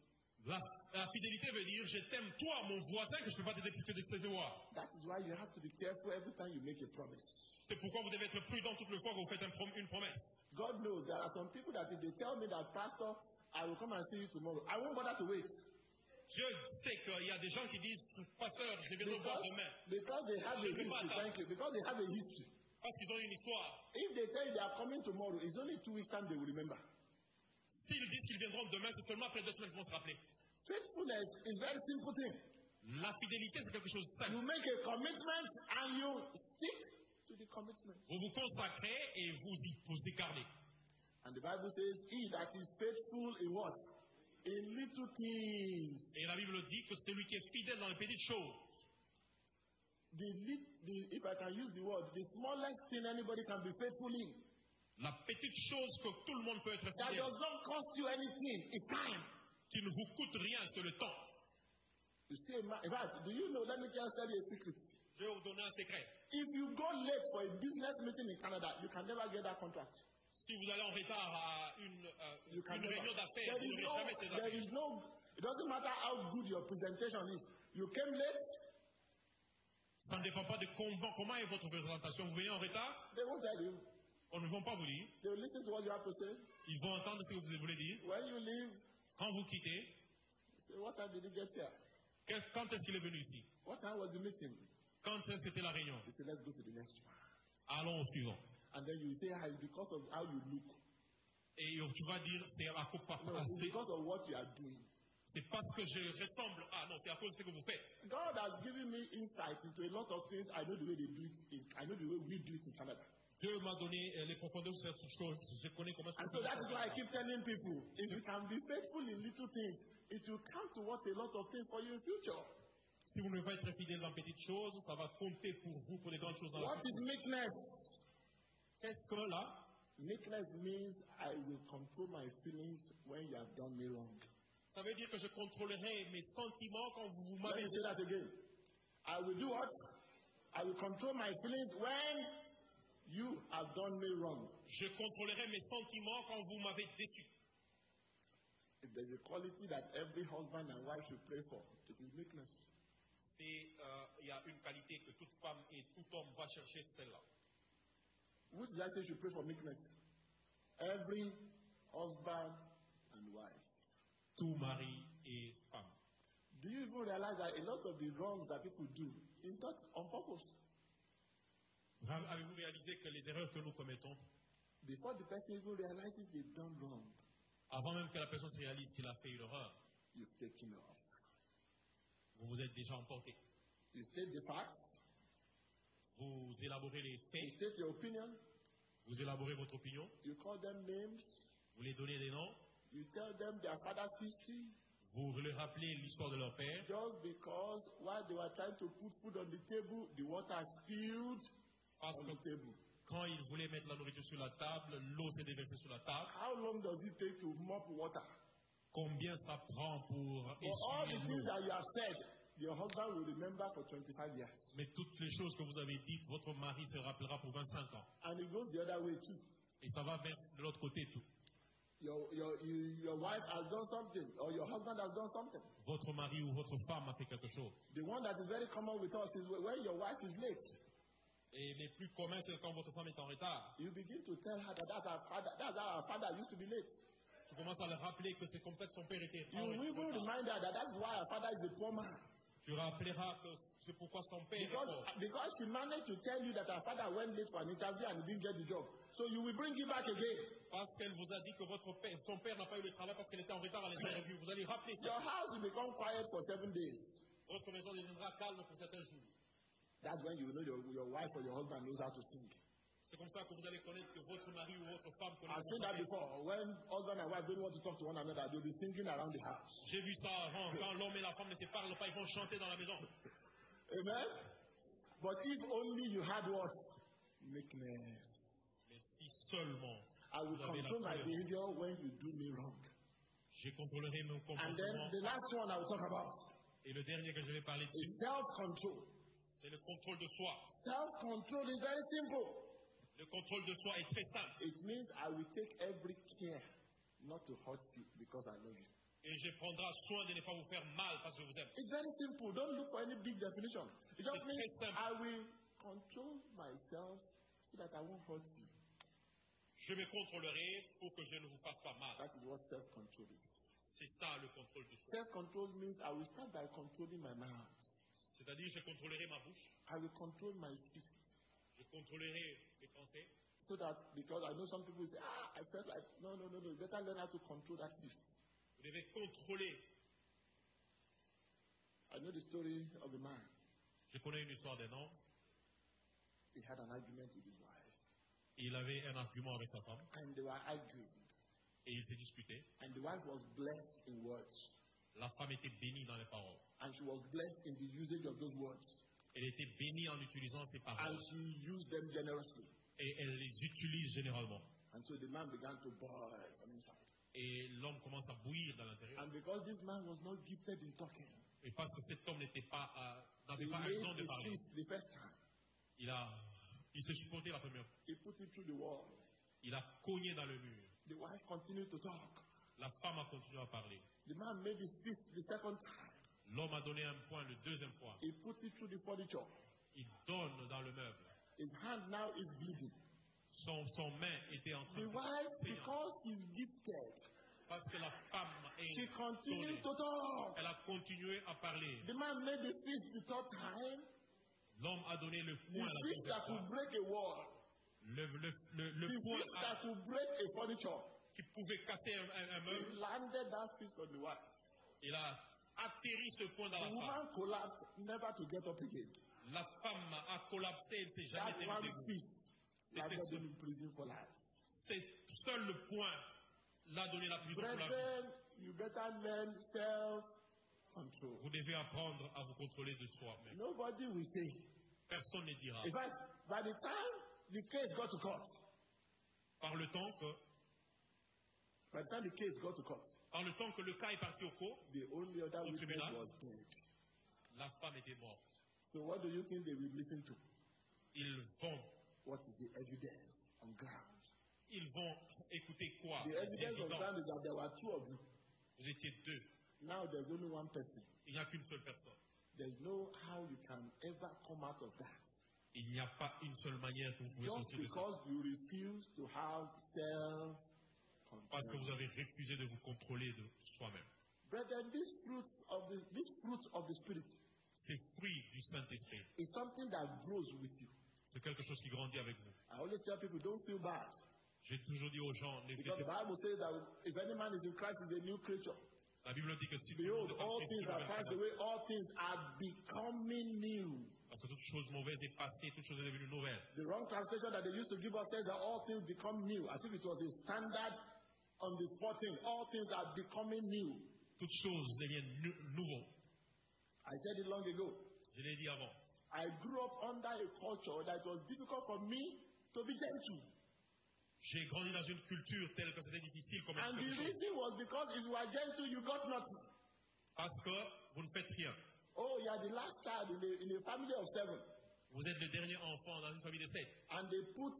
La, la fidélité veut dire je t'aime toi, mon voisin, que je ne peux pas te députer de décevoir. That is why you have to be careful every time you make a promise. C'est pourquoi vous devez être prudent toutes les fois que vous faites un prom- une promesse. God knows there are some people that if they tell me that, Pastor, I will come and see you tomorrow, I won't bother to wait. Dieu sait qu'il y a des gens qui disent Pasteur, je vais te voir Because, demain. because they have a Je peux pas history, attendre. thank you, because they have a history. Parce qu'ils ont une histoire. If they tell you they are coming tomorrow, it's only two weeks' time they will remember. S'ils disent qu'ils viendront demain, c'est seulement après deux semaines qu'ils vont se rappeler. Faithfulness is very simple thing. La fidélité, c'est quelque chose de You simple. make a commitment and you stick to the commitment. Vous vous consacrez et vous y vous écartez. And the Bible says, He that is faithful in what? In little things. Et la Bible dit que celui qui est fidèle dans les petites choses, The, lit, the if I can use the word, the smallest thing anybody can be faithful in. la petite chose que tout le monde peut être That fidèle, does not cost you anything. It's time. qui ne vous coûte rien, c'est le temps. You see, a man- in fact, do you know? Let me just tell you a secret. Je vais vous donner un secret. If you go late for a business meeting in Canada, you can never get that contract. Si vous allez en retard à une, euh, You can une never. réunion d'affaires, There vous is n'aurez no, jamais ces there affaires. is no, it doesn't matter how good your presentation is. You came late, Ça ne dépend pas de comment, comment est votre présentation. Vous venez en retard, they won't tell you. on ne va pas vous dire. They will listen to what you have to say. Ils vont entendre ce que vous voulez dire. When you leave, Quand vous quittez, say, what time did you get here? que- quand est-ce qu'il est venu ici What time was the meeting? Quand est-ce que c'était la réunion They say, let's go to the next one. Allons au suivant. And then you say, "Ah, it's because of how you look. Et tu vas dire, c'est à cause par- No, ah, it's c'est- because of what you are doing. c'est parce que je ressemble. Ah non, c'est à cause de ce que vous faites. God has given me insight into a lot of things. I know the way they do it. In, I know the way we do it in Canada. Dieu m'a donné euh, les profondeurs de cette chose. Je connais comment And ça so that is why I keep telling people, if you can be faithful in little things, it will come to what a lot of things for you in future. Si vous ne pouvez pas être fidèle dans les petites choses, ça va compter pour vous pour les grandes choses dans la What vie. is meekness? Qu'est-ce que là Meekness means I will control my feelings when you have done me wrong. Ça veut dire que je contrôlerai mes sentiments quand vous vous Let m'avez me dit. say that again. I will do what? I will control my feelings when you have done me wrong. Je contrôlerai mes sentiments quand vous m'avez déçu. If there's a quality that every husband and wife should pray for, it is meekness. C'est, euh, il y a une qualité que toute femme et tout homme va chercher, c'est celle-là. Who did I say should pray for meekness? Every husband and wife. Tout mari et femme. Do you even realize that a lot of the wrongs that people do is not on purpose? Ra- Avez-vous réalisé que les erreurs que nous commettons, Before the person even realizes they've done wrong, avant même que la personne se réalise qu'il a fait une erreur, you've taken off. vous vous êtes déjà emporté. You state the facts, Vous élaborez les you faits, state your opinion, vous élaborez votre opinion, you call them names, vous les donnez des noms, you tell them their father's history, vous leur rappelez l'histoire de leur père, just because while they were trying to put food on the table, the water spilled parce on que the table. quand ils voulaient mettre la nourriture sur la table, l'eau s'est déversée sur la table. How long does it take to mop water? Combien ça prend pour For all the essuyer things l'eau that you have said, your husband will remember for 25 years. Mais toutes les choses que vous avez dites, votre mari se rappellera pour 25 ans. And it goes the other way too. Et ça va vers de l'autre côté tout. Your, your, you, your wife has done something, or your husband has done something. Votre mari ou votre femme a fait quelque chose. The one that is very common with us is when your wife is late, Et les plus communs, c'est quand votre femme est en retard. you begin to tell her that that's our father, that's how our father used to be late. Tu commences à le rappeler que c'est comme ça que son père était. You en will even retard. remind her that that's why our father is a poor man. Tu rappelleras que c'est pourquoi son père est Because, mort. because she managed to tell you that her father went late for an interview and didn't get the job. So you will bring it back again. Parce qu'elle vous a dit que votre père, son père n'a pas eu le travail parce qu'elle était en retard à l'interview. Vous allez rappeler ça. Your house will become quiet for seven days. Votre maison deviendra calme pour certains jours. That's when you know your, your wife or your husband knows how to sing. C'est comme ça que vous allez connaître que votre mari ou votre femme connaît. I've votre seen that mari. before. When husband and wife don't want to talk to one another, they'll be singing around the house. J'ai vu ça avant. Quand l'homme et la femme ne se parlent pas, ils vont chanter dans la maison. Amen. But if only you had what? meekness. Mais si seulement I will vous avez la control my colère, behavior when you do me wrong. je contrôlerai mon And then comportement. the last one I will talk about Et le dernier que je vais parler is dessus, self control. c'est le contrôle de soi. Self control is very simple. Le contrôle de soi est très simple. It means I will take every care not to hurt you because I love you. Et je prendrai soin de ne pas vous faire mal parce que je vous aime. It's very simple. Don't look for any big definition. It just It's means very simple. I will control myself so that I won't hurt you. Je me contrôlerai pour que je ne vous fasse pas mal. That is what self control is. C'est ça le contrôle de soi. Self control means I will start by controlling my mouth. C'est-à-dire, je contrôlerai ma bouche, I will control my feet. je contrôlerai mes pensées. So that because I know some people say, ah, I felt like no no no no, you better learn how to control that feet. Vous devez contrôler. I know the story of a man. Je connais une histoire d'un homme. He had an argument with his wife. Il avait un argument avec sa femme And they were arguing. et ils se disputaient. And the wife was blessed in words. La femme était bénie dans les paroles. and she was blessed in the usage of those words. Elle était bénie en utilisant ses And paroles she used them generously. et elle les utilise généralement. And so the man began to boil from inside. Et l'homme commence à bouillir dans l'intérieur. And because this man was not gifted in talking, Et parce que cet homme n'était pas, euh, he n'avait pas un made temps de his parler, fist the first time. il a, il s'est supporté la première fois. He put it through the wall. Il a cogné dans le mur. The wife continued to talk. La femme a continué à parler. The man made his fist the second time. L'homme a donné un point le deuxième point. He put it through the furniture. Il donne dans le meuble. His hand now is bleeding. Son, son main était en train The de wife, saigner. because she's gifted, parce que la femme she est donnée. continued to talk. Elle a continué à parler. The man made the fist the third time. L'homme a donné le The point à la fist deuxième that fois. would break a wall. Le, le, le, le The point fist à- that will break a furniture. qui pouvait casser un, un- un He meuble, landed that fist on the wife. il a atterri ce point dans The la femme. woman collapsed, never to get up again. La femme a collapsé, elle ne s'est jamais That tenue one debout. fist landed C'était him in prison for life. C'est seul le point l'a donné la plus grande. Brethren, you better learn self-control. Vous devez apprendre à vous contrôler de soi-même. Nobody will say. Personne ne dira. In fact, by the time the case got to court, Par le temps que, by the time the case got to court, par le temps que le cas est parti au cours, the only other Au witness tribunal. was dead. la femme était morte. So what do you think they will listen to? Ils vont, What is the evidence on ground? ils vont écouter quoi The C'est evidence on évident. ground is that there were two of you. Vous étiez deux. Now there's only one person. Il n'y a qu'une seule personne. There's no how you can ever come out of that. Il n'y a pas une seule manière que vous pouvez Just sortir de ça. because you refuse to have self parce que control. vous avez refusé de vous contrôler de soi-même. Brethren, this fruit of the this fruit of the spirit C'est fruit du Saint-Esprit. is something that grows with you. C'est quelque chose qui grandit avec vous. I always tell people don't feel bad. J'ai toujours dit aux gens, ne- Because the Bible says that if any man is in Christ he's a new creature. la Bible dit que si tout le monde Behold, est en all Christ, things tout le are monde est passed en away, all things are becoming new. Christ. parce que toute chose mauvaise est passée, toute chose est devenue nouvelle. The wrong translation that they used to give us says that all things become new. I think it was the standard on the 14th. All things are becoming new. Toutes choses deviennent nu- nouveau. I said it long ago. Je l'ai dit avant. I grew up under a culture that was difficult for me to be gentle. J'ai grandi dans une culture telle que c'était difficile comme And the une chose. reason was because if you are gentle, you got nothing. Parce que vous ne faites rien. Oh, you are the last child in a, in a family of seven. Vous êtes le dernier enfant dans une famille de sept. And they put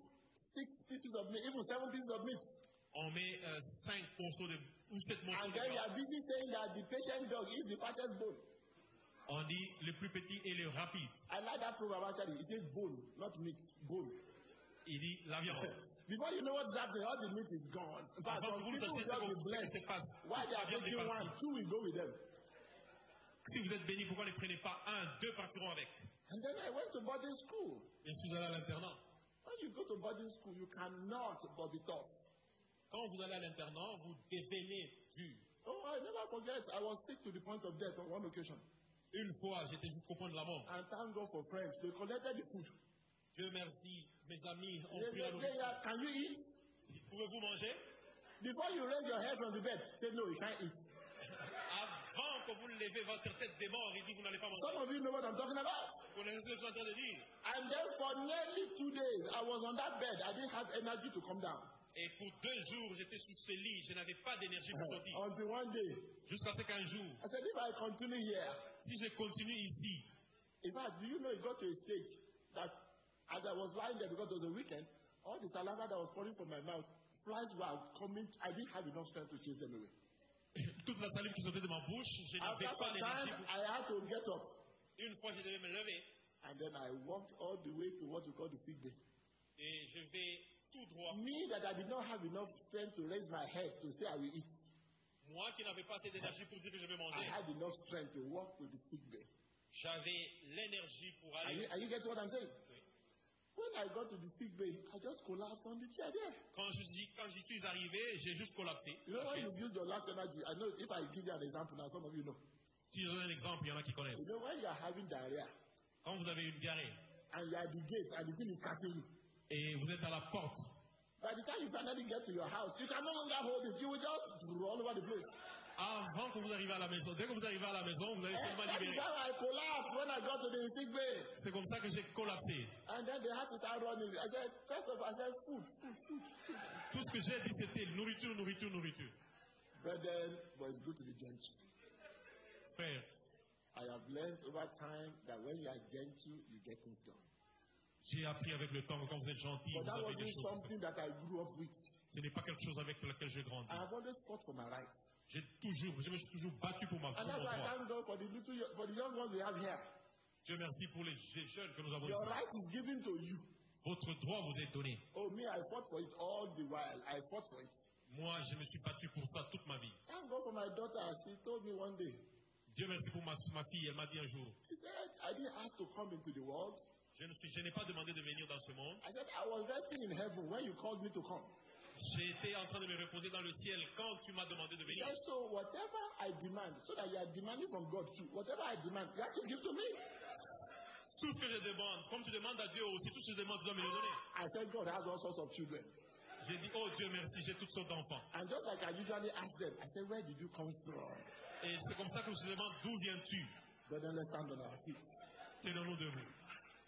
six pieces of meat, even seven pieces of meat. On met euh, cinq morceaux de, ou sept morceaux And de then you viande. are busy saying that the patient dog is the fattest bone. On dit le plus petit et le rapide. I like that proverb actually. It says bone, not meat, bone. Il dit la viande. Before you know what's happening, all the meat is gone. In fact, some Avant que vous ne people will sachiez ça, just be vous savez ce blessed. qui se passe. Why they are Bien taking départi. one, two will go with them. Si vous êtes béni, pourquoi ne prenez pas un, deux partiront avec And then I went to boarding school. Je suis allé à l'internat. When you go to boarding school, you cannot but be tough. Quand vous allez à l'internat, vous devenez dur. Oh, I never forget. I was sick to the point of death on one occasion. Une fois, j'étais jusqu'au point de la mort. And thank God for friends. They collected the food. Dieu merci, mes amis They ont pris la said, "Hey, nourriture. yeah, can you eat? Pouvez-vous manger Before you raise your head from the bed, say, no, you can't eat. Avant que vous ne levez votre tête des morts, il dit vous n'allez pas manger. Some of you know what I'm talking about. Vous connaissez ce que je suis en train de dire. And then for nearly two days, I was on that bed. I didn't have energy to come down. Et pour deux jours, j'étais sous ce lit, je n'avais pas d'énergie pour sortir. Until one day, Jusqu'à ce qu'un jour, I said, if I continue here, si je continue ici, in fact, do you know it got to a stage that as I was lying there because it was a weekend, all the saliva that was falling from my mouth, flies were coming. I didn't have enough strength to chase them away. toute la salive qui sortait de ma bouche, je n'avais After pas some l'énergie. time, I had to get up. pour- Une fois, je devais me lever And then I walked all the way to what we call the sick bay. et je vais tout droit. Me that I did not have enough strength to raise my head to say I will eat. Moi qui n'avais pas assez d'énergie pour dire que je vais I manger, had enough strength to walk to the sick bay. j'avais l'énergie pour Are you, aller. are you getting what I'm saying? Oui. When I got to the sick bay, I just collapsed on the chair there. Quand je suis- quand j'y suis arrivé, j'ai juste collapsé. You know La when you chaise. use your last energy, I know if I give you an example now, some of you know. Si je donne un exemple, il y en a qui You connaissent. know when you are having diarrhea Quand vous avez une diarrhée and you are at the gate and the thing is catching you, et vous êtes à la porte, by the time you finally get to your house, you can no longer hold it. You will just roll over the place. avant que vous arriviez à la maison, dès que vous arrivez à la maison, vous allez And seulement that is libérer. how I collapsed when I got to the sick bay. C'est comme ça que j'ai collapsé. And then they had to start running. I said, first of all, I said, food. Tout ce que j'ai dit, c'était nourriture, nourriture, nourriture. But then, but it's good to be gentle. Frère, I have learned over time that when you are gentle, you get things done. j'ai appris avec le temps que quand vous êtes gentil, But vous that avez des wasn't choses. something that I grew up with. Ce n'est pas quelque chose avec laquelle j'ai grandi. I have always fought for my rights. J'ai toujours, je me suis toujours battu pour ma And pour that's mon why I droit. thank God for the little, for the young ones we have here. Dieu merci pour les les jeunes que nous avons Your ici. right is given to you. Votre droit vous est donné. Oh, me, I fought for it all the while. I fought for it. Moi, je me suis battu pour ça toute ma vie. Thank God for my daughter. She told me one day, Dieu merci pour ma, ma fille. Elle m'a dit un jour, she said, I didn't ask to come into the world. je ne suis, je n'ai pas demandé de venir dans ce monde. I said, I was resting in heaven when you called me to come. J'ai été en train de me reposer dans le ciel quand tu m'as demandé de venir. Yes, so whatever I demand, so that you are demanding from God too, whatever I demand, you have to give to me. Tout ce que je demande, comme tu demandes à Dieu aussi, tout ce que je demande, tu dois me le donner. I said God has all sorts of children. J'ai dit, oh Dieu merci, j'ai toutes sortes d'enfants. And just like I usually ask them, I said, where did you come from? Et c'est comme ça que je demande, d'où viens-tu But then let's stand on our feet. Tenons-nous debout.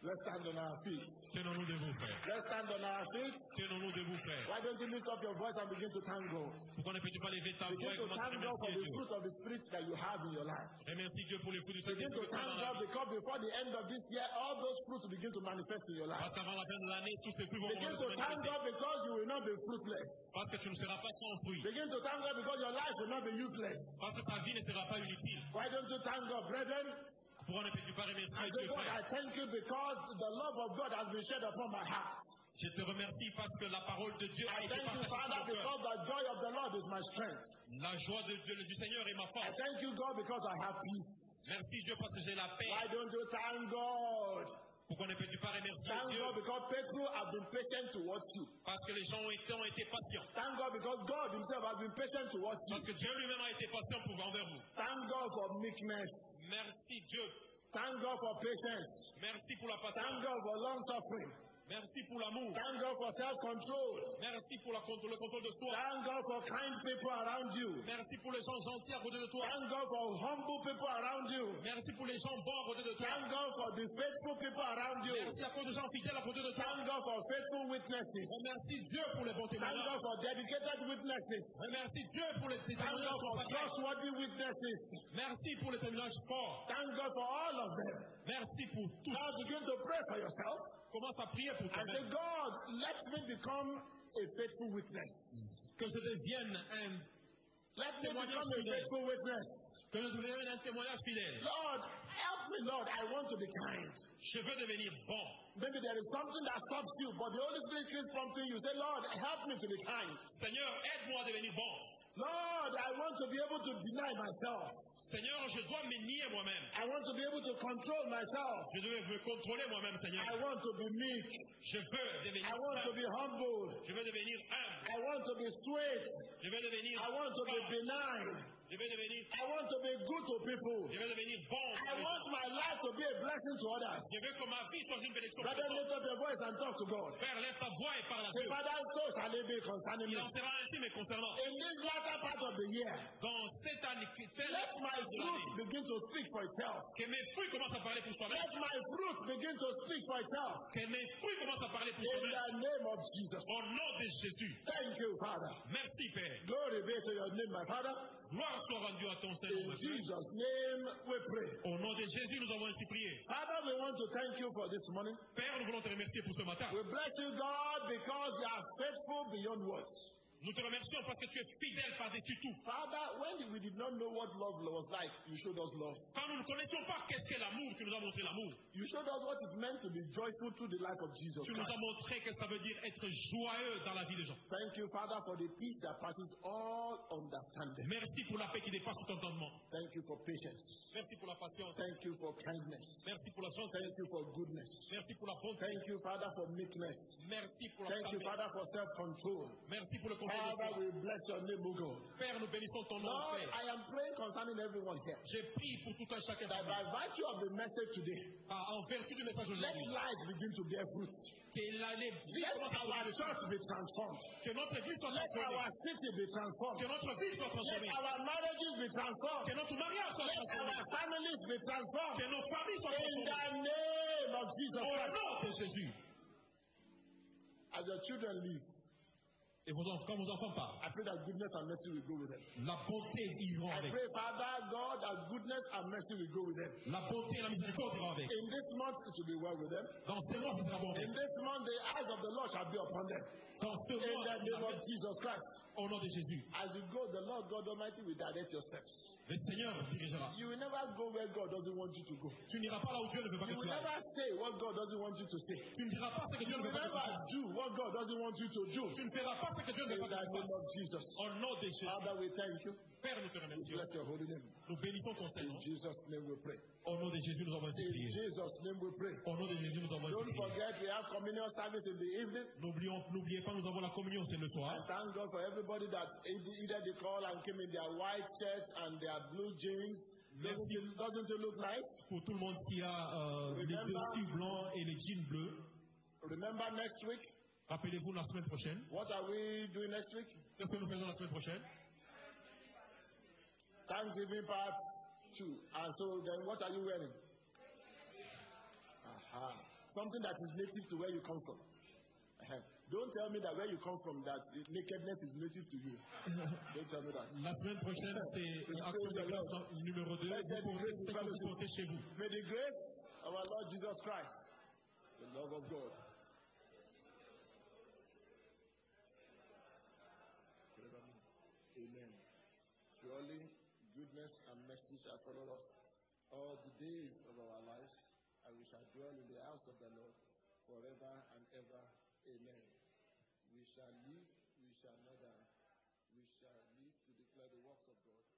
Let's stand on our feet. Tenons-nous debout, frère. Let's stand on our feet. Tenons-nous debout, frère. Why don't you lift up your voice and begin to thank God? Pourquoi ne peux-tu pas lever ta voix Begin et to commencer à thank God for the remercier Dieu fruit of the Spirit that you have in your life. Remercie Dieu pour les fruits du Begin Saint-Esprit to que tu as thank dans God la vie. because before the end of this year, all those fruits begin to manifest in your life. Parce qu'avant la fin de l'année, tous ces fruits vont Begin to commencer à se thank manifester. God because you will not be fruitless. Parce que tu ne seras pas sans fruit. Begin to thank God because your life will not be useless. Parce que ta vie ne sera pas inutile. Why don't you thank God, brethren? Pourquoi ne peux-tu pas And remercier say, Dieu, God, I frère thank you because the love of God has been shed upon my heart. Je te remercie parce que la parole de Dieu I a été thank you, partagée Father, sur mon cœur. because the joy of the Lord is my strength. La joie de Dieu, du Seigneur est ma I force. thank you, God, because I have peace. Merci Dieu parce que j'ai la paix. Why don't you thank God? Pourquoi ne peux-tu pas remercier Thank Dieu God because people have been patient towards you. Parce que les gens ont été, ont été patients. Thank God because God Himself has been patient towards you. Parce que Dieu lui-même a été patient pour envers vous. Thank God for meekness. Merci Dieu. Thank God for patience. Merci pour la Thank patience. God for long suffering. Merci pour l'amour. Thank God for self control. Merci pour la con- le contrôle de soi. Thank God for kind people around you. Merci pour les gens gentils à côté de toi. Thank God for humble people around you. Merci pour les gens bons à côté de toi. Thank God for the faithful people around you. Merci à cause des gens fidèles à côté de toi. Thank God for faithful witnesses. Remercie Dieu pour les bons Thank témoignages. God for dedicated witnesses. Remercie Dieu pour les Thank témoignages God for consacrés. trustworthy witnesses. Merci pour les témoignages forts. Thank God for all of them. Merci pour tout. Now begin to pray for yourself Commence à prier pour and say, toi-même. God, let me become a faithful witness. Que je devienne un, Let me Témoignage become a fidèle. faithful witness. que je devienne un témoignage fidèle. Lord, help me, Lord. I want to be kind. Je veux devenir bon. Maybe there is something that stops you, but the Holy Spirit keeps prompting you. Say, Lord, help me to be kind. Seigneur, aide-moi à devenir bon. Lord, I want to be able to deny myself. Seigneur, je dois me nier moi-même. I want to be able to control myself. Je dois me contrôler moi-même, Seigneur. I want to be meek. Je veux devenir I want to humble. be humble. Je veux devenir humble. I want to be sweet. Je veux devenir I want to be fort. benign. Je Je vais devenir, I want to be good to people. je vais devenir bon. I sur les want gens. my life to be a blessing to others. Je veux que ma vie soit une bénédiction. pour Brother, les lift autres. up your voice and talk to God. Père, lève ta voix et parle à Say, Dieu. Father, so shall it be concerning Il me. en sera ainsi, mais concernant. In this latter part of the year, Dans cette année, qui- cette let my année fruit de l'année, begin to speak for itself. que mes fruits commencent à parler pour soi-même. Let my fruit begin to speak for itself. Que mes fruits commencent à parler pour In soi-même. the name of Jesus. Au nom de Jésus. Thank you, Father. Merci, Père. Glory be to your name, my Father. Gloire soit rendue à ton In Seigneur. Jesus' name we pray. Au nom de Jésus, nous avons ainsi prié. Father, we want to thank you for this morning. Père, nous voulons te remercier pour ce matin. We bless you, God, because you are faithful beyond words. Nous te remercions parce que tu es fidèle par-dessus tout. Father, when we did not know what love was like, you showed us love. Quand nous ne connaissions pas qu'est-ce qu'est l'amour, tu nous as montré l'amour. You showed us what it meant to be joyful through the life of Jesus Tu nous Christ. as montré que ça veut dire être joyeux dans la vie des gens. Thank you, Father, for the peace that passes all understanding. Merci pour la paix qui dépasse tout entendement. Thank you for patience. Merci pour la patience. Thank you for kindness. Merci pour la Thank gentillesse. you for goodness. Merci pour la bonté. Thank you, Father, for meekness. Merci pour la Thank you, Ah, bah femme. Father, for self-control. Merci pour le conseil de Father, foi. we bless your name, O God. Père, nous bénissons ton nom, Lord, Père. I am praying concerning everyone here Je prie pour tout un chacun that parmi by nous. virtue of the message today, Ah, en vertu du message let aujourd'hui. life begin to bear fruit. Que l'année vie Let commence à our produire des church fruits. be transformed. Que notre vie soit Let transformée. our city be Que transformed. notre vie soit Let transformée. our marriages be transformed. Que notre mariage soit Let transformé. our families be transformed. Que nos familles soient bah In the transformées. name of Jesus Au Christ. nom de Jésus. As your children leave, Et vos enfants, quand vos enfants parlent, I pray that goodness and mercy will go with them. la bonté iront I avec. pray, Father God, that goodness and mercy will go with them. La bonté et la miséricorde iront avec. In this month, it will be well with them. Dans ce mois, ce sera bon. In this month, the eyes of the Lord shall be upon them. Dans ce In the name mois, of Jesus Christ. au nom de Jésus, As you go, the Lord God Almighty will direct your steps. le Seigneur dirigera. You will never go where God doesn't want you to go. Tu n'iras pas là où Dieu ne veut pas You que will tu ailles. never say what God doesn't want you to say. Tu ne diras pas ce que Dieu You ne veut will pas que tu never fasses. do what God doesn't want you to do. Tu ne feras pas ce que Dieu ne In the veut pas que tu name of fasses. Jesus. Au nom de Jésus, Father, we thank you. Père, nous te We remercions. bless your holy name. Nous bénissons In ton Seigneur. Jesus' name we pray. Au nom de Jésus, nous avons ainsi In prié. Jesus' name we pray. Au nom de Jésus, nous avons ainsi Don't prié. forget we have communion service in the evening. N'oublions- N'oubliez pas, nous avons la communion ce le soir. And thank God for everybody that either either they call and came in their white shirts and their blue jeans. Doesn't Merci. it, doesn't it look nice? Pour tout le monde qui a euh, les Remember- dessus blancs et les jeans bleus, Remember next week? rappelez-vous la semaine prochaine. What are we doing next week? Qu'est-ce que nous faisons la semaine prochaine Thanksgiving part two. And so then what are you wearing? Aha. Something that is native to where you come from. Ahem. Don't tell me that where you come from, that nakedness is native to you. Don't tell me that. La semaine prochaine, c'est Action de grâce dans- numéro 2. Vous portez ce que vous portez chez vous. May the grace of our Lord Jesus Christ, the love of God, forevermore. Amen. Surely goodness and mercy shall follow us all the days of our lives, and we shall dwell in the house of the Lord forever and ever. Amen. We shall live, we shall not die. We shall live to declare the works of God.